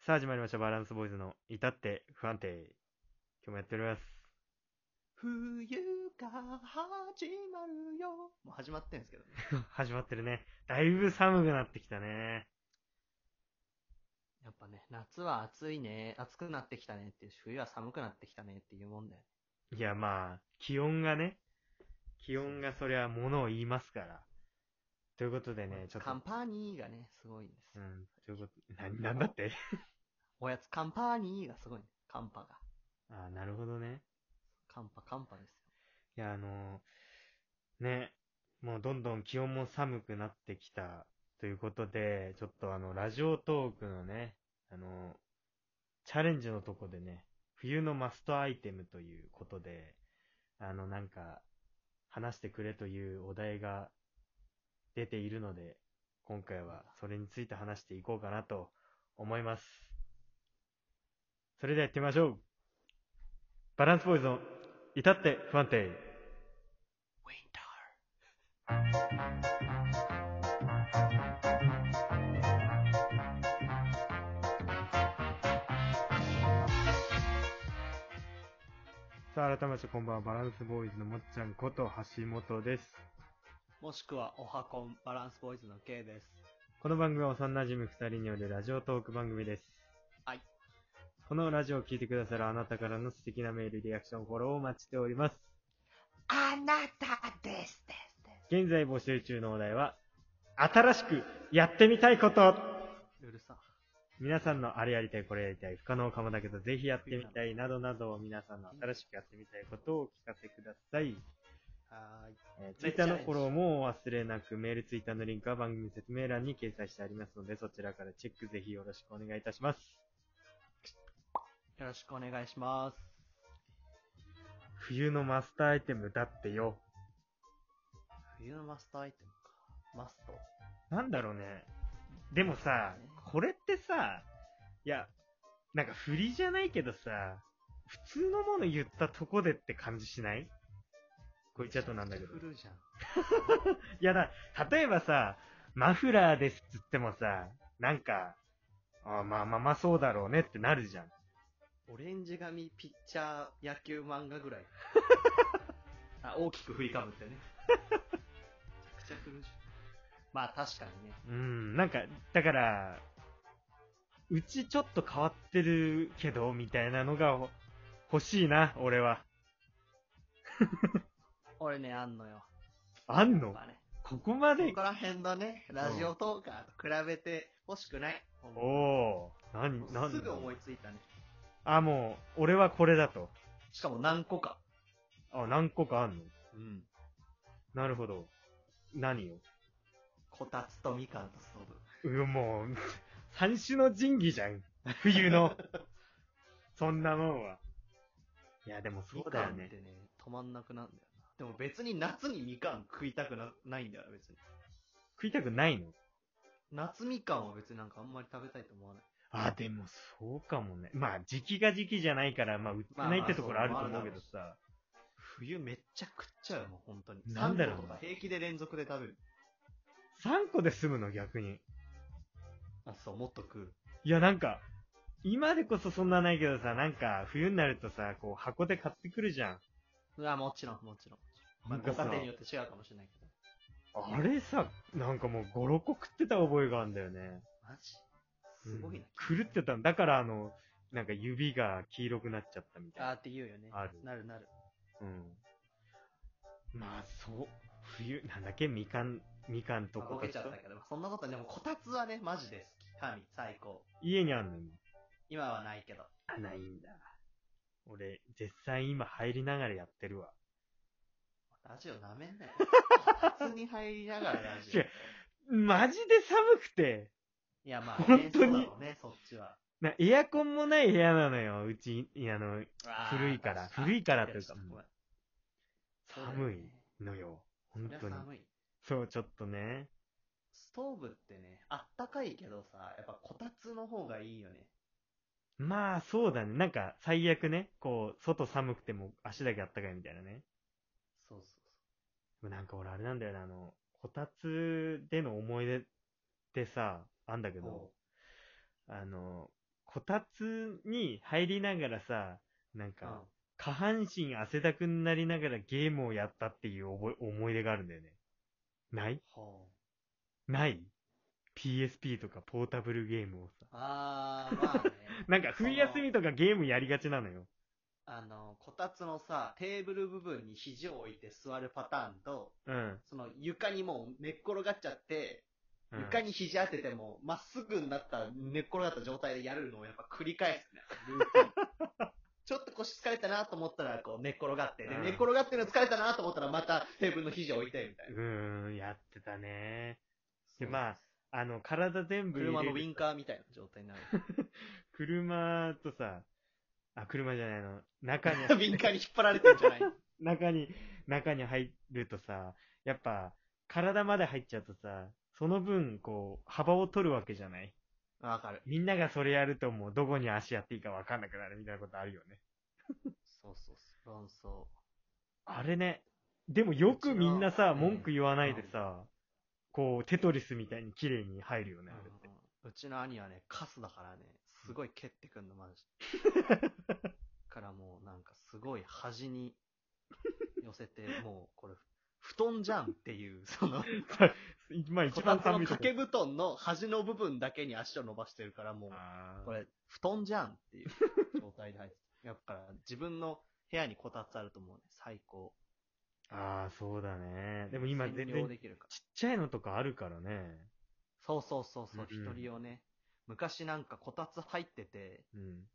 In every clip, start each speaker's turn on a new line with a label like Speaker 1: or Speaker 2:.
Speaker 1: さあ始まりました。バランスボーイズの至って不安定。今日もやっております。
Speaker 2: 冬が始まるよ。もう始まってんですけどね。
Speaker 1: 始まってるね。だいぶ寒くなってきたね。
Speaker 2: やっぱね、夏は暑いね、暑くなってきたねっていうし、冬は寒くなってきたねっていうもんだよ。
Speaker 1: いや、まあ、気温がね、気温がそりゃ物を言いますから。ということでね、ちょっ
Speaker 2: カン
Speaker 1: と、
Speaker 2: パニーがね、すごいんです
Speaker 1: う
Speaker 2: よ。
Speaker 1: ん、ということ、な、なんだって
Speaker 2: おやつカンパニーがすごい、ね。カンパが。
Speaker 1: ああ、なるほどね。
Speaker 2: カンパカンパですよ。
Speaker 1: いや、あのね、もうどんどん気温も寒くなってきたということで、ちょっとあの、ラジオトークのね、あのチャレンジのとこでね、冬のマストアイテムということで、あの、なんか、話してくれというお題が出ているので、今回はそれについて話していこうかなと思います。それではやってみましょうバランスボーイズの至って不安定。
Speaker 2: ウィンタ
Speaker 1: さあ、改めましてこんばんは、バランスボーイズのもっちゃんこと橋本です。
Speaker 2: ー。もしくは、おはこん、バランスボーイズの K です。
Speaker 1: この番組は幼馴染み二人によるラジオトーク番組です。
Speaker 2: はい。
Speaker 1: このラジオを聞いてくださるあなたからの素敵なメール、リアクション、フォローをお待ちしております。
Speaker 2: あなたですですで
Speaker 1: 現在募集中のお題は、新しくやってみたいこと
Speaker 2: す。うるさ。
Speaker 1: 皆さんのあれやりたい、これやりたい、不可能かもだけど、ぜひやってみたい、などなど、皆さんの新しくやってみたいことをお聞かせください。
Speaker 2: はーい。
Speaker 1: えー、ツイッターのフォローもお忘れなく、メール、ツイッターのリンクは番組説明欄に掲載してありますので、そちらからチェックぜひよろしくお願いいたします。
Speaker 2: よろしくお願いします。
Speaker 1: 冬のマスターアイテムだってよ。
Speaker 2: 冬のマストアイテムか。マスト。
Speaker 1: なんだろうね。でもさ、これってさ、いや、なんか振りじゃないけどさ、普通のもの言ったとこでって感じしないこれちょっとなんだけど。
Speaker 2: めちゃくちゃ古いじゃん。
Speaker 1: いやだ、例えばさ、マフラーですっつってもさ、なんか、あまあまあまあそうだろうねってなるじゃん。
Speaker 2: オレンジ髪ピッチャー野球漫画ぐらい。 あ大きく振りかぶってね。めちゃくちゃ古いしまあ確かにね。
Speaker 1: うん、なんか、だから、うちちょっと変わってるけど、みたいなのがほ欲しいな、俺は。
Speaker 2: 俺ね、あんのよ。
Speaker 1: あん
Speaker 2: やっ
Speaker 1: の
Speaker 2: ぱね。
Speaker 1: ここまで
Speaker 2: ここら辺のね、ラジオトーカーと比べて欲しくない。
Speaker 1: おおー、なに、なん
Speaker 2: すぐ思いついたね。
Speaker 1: あ、もう、俺はこれだと。
Speaker 2: しかも何個か。
Speaker 1: あ、何個かあんの
Speaker 2: うん。
Speaker 1: なるほど。何よ。
Speaker 2: こたつとみかんとストーブ。
Speaker 1: うん、もう、三種の神器じゃん。冬の。 そんなもんは。いや、でもそうだよ
Speaker 2: みかんっ
Speaker 1: ね
Speaker 2: て。ね、止まんなくなんだよな。でも別に夏にみかん食いたくなないんだよ、別に。
Speaker 1: 食いたくないの
Speaker 2: 夏みかんは別になんかあんまり食べたいと思わない。
Speaker 1: あ、でもそうかもね。まあ、時期が時期じゃないから、まあ、売ってないってところあると思うけどさ。
Speaker 2: 冬めっちゃ食っちゃうもう本当に。
Speaker 1: なんだろう
Speaker 2: 三個とか平気で連続で食べる。
Speaker 1: 3個で済むの、逆に。
Speaker 2: あ、そう、もっと食う。
Speaker 1: いや、なんか、今でこそそんなないけどさ、なんか、冬になるとさ、こう、箱で買ってくるじゃん。
Speaker 2: うわ、もちろん、もちろん。まあ、
Speaker 1: なんか
Speaker 2: ご
Speaker 1: さ
Speaker 2: 家庭によって違うかもしれないけど。
Speaker 1: あれさ、なんかもう5、6個食ってた覚えがあるんだよね。
Speaker 2: マジすごいな。
Speaker 1: うん狂ってたんだから、あの、なんか指が黄色くなっちゃったみたい
Speaker 2: あー
Speaker 1: な。
Speaker 2: って言うよね。
Speaker 1: ある
Speaker 2: なるなる。
Speaker 1: うん。まあ、そう、冬、なんだっけ、みかん、みかんと
Speaker 2: まあ
Speaker 1: こ
Speaker 2: ボケちゃったけど、そんなことね、でもこたつはね、マジで好き。神、最高。
Speaker 1: 家にあんの今
Speaker 2: 今はないけど。
Speaker 1: あ、ないんだ。俺、絶賛今入りながらやってるわ。
Speaker 2: ラジオなめんなよ。普通に入りながらラジオ。
Speaker 1: 違
Speaker 2: いう
Speaker 1: マジで寒くて。
Speaker 2: や、まあ、
Speaker 1: 本当に
Speaker 2: ねそうだろうね、そっちは。
Speaker 1: なエアコンもない部屋なのよ、うち、いやあの、
Speaker 2: あー
Speaker 1: 古いから
Speaker 2: 確に
Speaker 1: 古いからというか
Speaker 2: あごめん
Speaker 1: 寒いのよ。
Speaker 2: そ
Speaker 1: 本
Speaker 2: うだ
Speaker 1: 当
Speaker 2: よねそり
Speaker 1: に
Speaker 2: ゃ。寒い。
Speaker 1: そう、ちょっとね。
Speaker 2: ストーブってね、あったかいけどさ、やっぱこたつの方がいいよね。
Speaker 1: まあ、そうだね。なんか、最悪ね、こう、外寒くても足だけあったかいみたいなね。
Speaker 2: そうそ
Speaker 1: で
Speaker 2: う
Speaker 1: もなんか俺、あれなんだよな、あの、こたつでの思い出ってさ、あんだけ
Speaker 2: そう。
Speaker 1: ど、あの、ここたつに入りながらさ、なん
Speaker 2: う
Speaker 1: か、下半身汗だくになりながらゲームをやったっていう覚え思い出があるんだよね。ない
Speaker 2: ほう
Speaker 1: ない ?PSP とかポータブルゲームをさ。
Speaker 2: あー、まあね。
Speaker 1: なんか冬休みとかゲームやりがちなのよ。
Speaker 2: あの、こたつのさ、テーブル部分に肘を置いて座るパターンと、
Speaker 1: うん。
Speaker 2: その床にもう寝っ転がっちゃって、
Speaker 1: うん
Speaker 2: 床に肘当てても、まっすぐになった、寝っ転がった状態でやるのをやっぱ繰り返すね。ルーティン ちょっと腰疲れたなと思ったら、こう寝っ転がって、で
Speaker 1: うん
Speaker 2: 寝っ転がってるの疲れたなと思ったら、またテーブルの肘置いて、みたいうな。
Speaker 1: ーん、やってたね。で、ま
Speaker 2: あ、
Speaker 1: あ、あの、体全部入れる
Speaker 2: 車のウィンカーみたいな状態にな る。
Speaker 1: 車とさ、あ、車じゃないの。中 に、
Speaker 2: ウィンカーに引っ張られてんじゃない
Speaker 1: 中に、中に入るとさ、やっぱ、体まで入っちゃうとさ、その分、こう、幅を取るわけじゃない
Speaker 2: あ わかる。
Speaker 1: みんながそれやるともう、どこに足やっていいかわかんなくなるみたいなことあるよね。
Speaker 2: そうそうそう。論争。
Speaker 1: あれね。でもよくみんなさ、
Speaker 2: うちの
Speaker 1: 文句言わないでさ、こう、テトリスみたいに綺麗に入るよね、あれって。
Speaker 2: うんうちの兄はね、カスだからね、すごい蹴ってくんの、マジで。 からもうなんかすごい端に寄せて、 もうこれ、布団じゃんっていう、その、
Speaker 1: まあ一
Speaker 2: こ
Speaker 1: 番
Speaker 2: たつ
Speaker 1: 寒い
Speaker 2: の
Speaker 1: とこ
Speaker 2: 掛け布団の端の部分だけに足を伸ばしてるから、もう、
Speaker 1: あー
Speaker 2: これ、布団じゃんっていう状態で入って。やっぱ自分の部屋にこたつあると思うね、最高。
Speaker 1: あー、そうだね。でも今全
Speaker 2: 占領
Speaker 1: 然
Speaker 2: できるから。
Speaker 1: ちっちゃいのとかあるからね。
Speaker 2: そうそうそうそ
Speaker 1: う
Speaker 2: う、
Speaker 1: んうん
Speaker 2: 一人用ね。昔なんかこたつ入ってて、
Speaker 1: うん。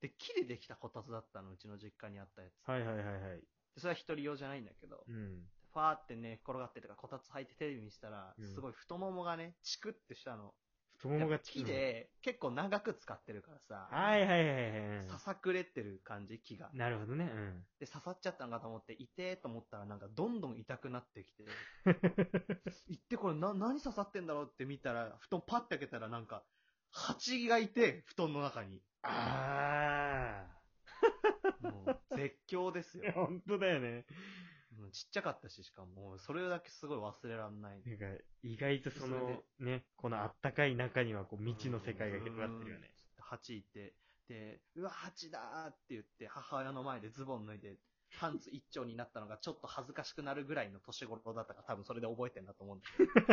Speaker 2: で、木でできたこたつだったの、うちの実家にあったやつ。
Speaker 1: はいはいはいはい。
Speaker 2: でそれは一人用じゃないんだけど
Speaker 1: う、ん。
Speaker 2: ファーってね、転がってとか、こたつ履いてテレビ見せたら
Speaker 1: うん、
Speaker 2: すごい太ももがね、チクってしたの。
Speaker 1: 太もも
Speaker 2: や
Speaker 1: が
Speaker 2: っぱ木。で、結構長く使ってるからさ、
Speaker 1: はいはいはいはいはい
Speaker 2: さ。さくれてる感じ、木が。
Speaker 1: なるほどね。うん。
Speaker 2: で、刺さっちゃったのかと思って、痛えと思ったら、なんかどんどん痛くなってきて、行ってこれな、何刺さってんだろうって見たら、布団パッて開けたら、なんか、蜂がいて、布団の中に。
Speaker 1: あ
Speaker 2: もう、絶叫ですよ
Speaker 1: あ。。 本当だよね。
Speaker 2: うんちっちゃかったし、しかも、もうそれだけすごい忘れらんない。
Speaker 1: なんか、意外とその、ね、このあったかい中には、こう、未知の世界が広がってるよね。
Speaker 2: うん。蜂いて、で、うわ、蜂だーって言って、母親の前でズボン脱いで、パンツ一丁になったのがちょっと恥ずかしくなるぐらいの年頃だったから、多分それで覚えてんだと思うんだ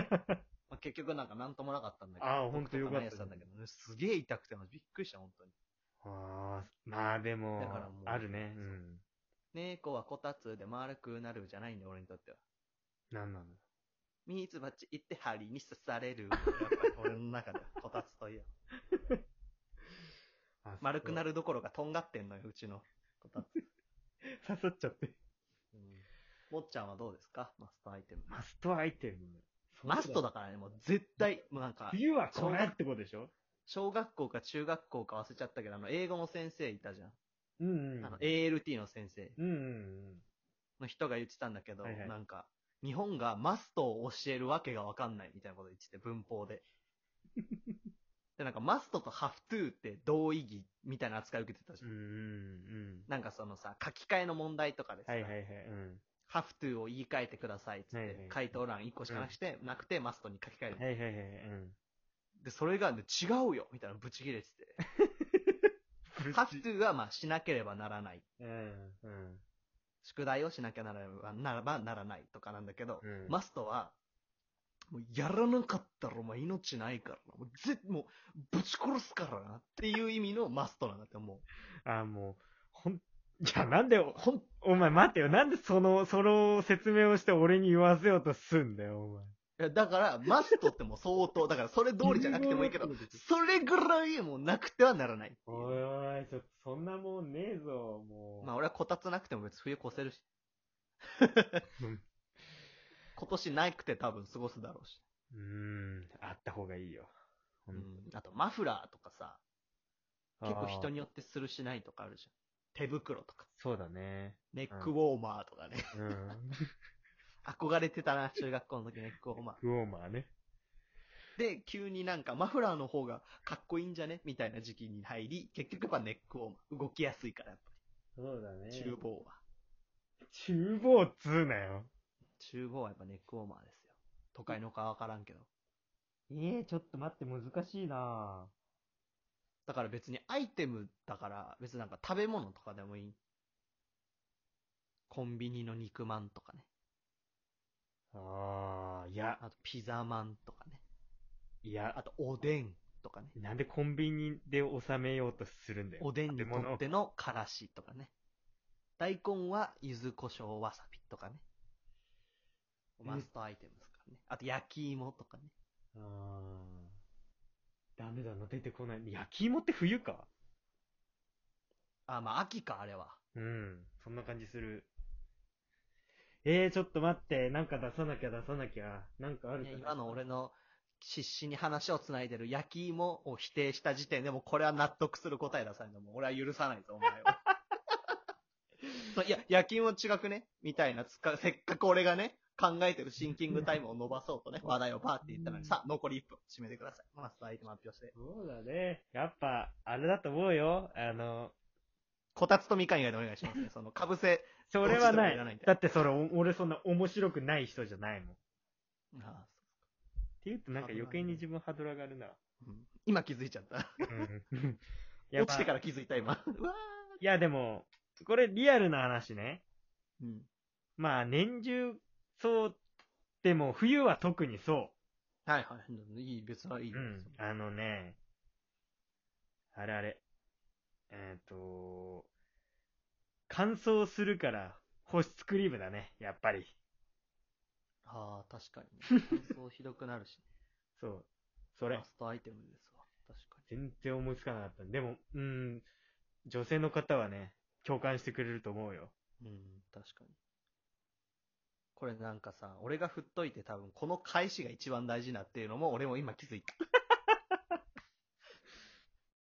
Speaker 2: けど。 まあ結局なんかなんともなかったんだけど。
Speaker 1: あーほんとよかった
Speaker 2: なんなんだけどね、すげえ痛くて、びっくりした、本当に。
Speaker 1: ああ、まあでも
Speaker 2: だからも、う
Speaker 1: あるね。うん。
Speaker 2: 猫はこたつで丸くなるじゃないんだよ、俺にとっては。
Speaker 1: なんなんだ。
Speaker 2: ミツバチ行って針に刺される。やっぱり俺の中ではこたつといえ ば。
Speaker 1: あ
Speaker 2: 丸くな
Speaker 1: る。
Speaker 2: るどころかとんがってんのよ、うちのこたつ。
Speaker 1: 刺さっちゃって。
Speaker 2: もっちゃんはどうですかマストアイテム。
Speaker 1: マストアイテム。
Speaker 2: マスト。だからね、もう絶対、もうなんか、
Speaker 1: 冬はこれってことでしょ
Speaker 2: 小学校か中学校か忘れちゃったけど、あの、英語の先生いたじゃん。
Speaker 1: うんうん。
Speaker 2: あの、ALT の先生
Speaker 1: うんうん
Speaker 2: の人が言ってたんだけど、
Speaker 1: はいはい
Speaker 2: なんか、日本がマストを教えるわけがわかんないみたいなこと言ってて、文法 で。で、なんか、マストとハフトゥーって同意義みたいな扱い受けてたじ
Speaker 1: う
Speaker 2: ゃ
Speaker 1: ん。うん
Speaker 2: ん。
Speaker 1: うん
Speaker 2: なんかそのさ、書き換えの問題とかで
Speaker 1: うん。
Speaker 2: さ、
Speaker 1: はいはいはい。うん。
Speaker 2: ハフトゥーを言い換えてくださいっつって、
Speaker 1: はいはい
Speaker 2: 回答欄1個しかなくて、なくてマストに書き換える。
Speaker 1: はいはいはい。うん。
Speaker 2: で、それが、ね、違うよみたいなブチ切れて て。ハフトゥーは、まあ、しなければならない。
Speaker 1: うん。うん。
Speaker 2: 宿題をしなきゃならばならばならないとかなんだけど、
Speaker 1: うん
Speaker 2: マストは、もうやらなかったらお前命ないからな。もうぜもう、ぶち殺すからな。っていう意味のマストなんだって、も
Speaker 1: あ、もう、ほん、いや、なんで
Speaker 2: う。
Speaker 1: よ、
Speaker 2: ほん、
Speaker 1: お前待ってよ、なんでその、その説明をして俺に言わせようとすんだよ、お前。
Speaker 2: いやだから、マストってもう相当、だからそれ通りじゃなくてもいい けど、それぐらいもうなくてはならないっていう
Speaker 1: おいおい、ちょっとそんなもんねえぞ、もう。
Speaker 2: まあ俺はこたつなくても別に冬越せるし。今年なくて多分過ごすだろうし。
Speaker 1: うーん、あった方がいいよ。
Speaker 2: う
Speaker 1: うん
Speaker 2: ん。あとマフラーとかさ、結構人
Speaker 1: に。
Speaker 2: によってするしないとかあるじゃん。手袋とか、
Speaker 1: そうだね。
Speaker 2: ネックウォーマーとかね。
Speaker 1: うん。
Speaker 2: 憧れてたな、中学校の時ネックウォーマ
Speaker 1: クォーマーね。
Speaker 2: ー。で、急になんかマフラーの方がかっこいいんじゃねみたいな時期に入り、結局はネックウォーマー。動きやすいから、やっぱ
Speaker 1: そうだね
Speaker 2: り。厨房は。
Speaker 1: 厨房っつうなよ。
Speaker 2: 厨房はやっぱネックウォーマーですよ。都会のかわからんけど。
Speaker 1: ええちょっと待って、難しいな
Speaker 2: だから別にアイテムだから、別になんか食べ物とかでもいい。コンビニの肉まんとかね。
Speaker 1: ああ、いや、
Speaker 2: あとピザまんとかね。
Speaker 1: いや
Speaker 2: あ、とおでんとかね。
Speaker 1: なんでコンビニで収めようとするんだよ。
Speaker 2: おでんに
Speaker 1: 食べ
Speaker 2: と
Speaker 1: 物を
Speaker 2: ってのからしとかね。大根は柚子胡椒わさびとかね。マストアイテムですからね。あと焼き芋とかね。
Speaker 1: あーダメだな、出てこない。焼き芋って冬か
Speaker 2: あ、まあ秋か、あれは。
Speaker 1: うん、そんな感じする。えー、ちょっと待って、なんか出さなきゃ出さなきゃ、なんかある
Speaker 2: い
Speaker 1: か
Speaker 2: や
Speaker 1: な
Speaker 2: 今の俺の必死に話をつないでる焼き芋を否定した時点でもうこれは納得する答え出さないともう俺は許さないぞ、お前を。 そういや、焼き芋違くねみたいなつか、せっかく俺がね、考えてるシンキングタイムを伸ばそうとね、話題をバーって言ったのに、さあ、残り1分、締めてください。マスターアイテム発表して。
Speaker 1: そうだね。やっぱ、あれだと思うよ。あの、
Speaker 2: こたつとみかん以外でお願いしますね。その、かぶせ。
Speaker 1: それはな
Speaker 2: どうしてもいらない
Speaker 1: い
Speaker 2: んだ。よ
Speaker 1: だってそれ、お俺そんな面白くない人じゃないもん。っ
Speaker 2: あ
Speaker 1: ていうとなんか余計に自分ハードル上が るな。
Speaker 2: うん今気づいちゃった。
Speaker 1: うん。やっ
Speaker 2: 落
Speaker 1: ぱ
Speaker 2: ちてから気づいた、今。うわ
Speaker 1: いやでも、これリアルな話ね。
Speaker 2: ーうん。
Speaker 1: まあ年中そうでも冬は特にそ。
Speaker 2: はいはい。いい、別はいいう
Speaker 1: うん。あのね、あれあれ。えっ、と、乾燥するから保湿クリームだね、やっぱり。
Speaker 2: ああ、確かに、 ね。乾燥ひどくなるし、ね、
Speaker 1: そう。それ
Speaker 2: マ。ストアイテムですわ。確か
Speaker 1: 全然思いつかなかった。でも、うん、女性の方はね、共感してくれると思うよ。
Speaker 2: に。うん、確かに。これなんかさ、俺が振っといて多分、この返しが一番大事なっていうのも、俺も今気づいた。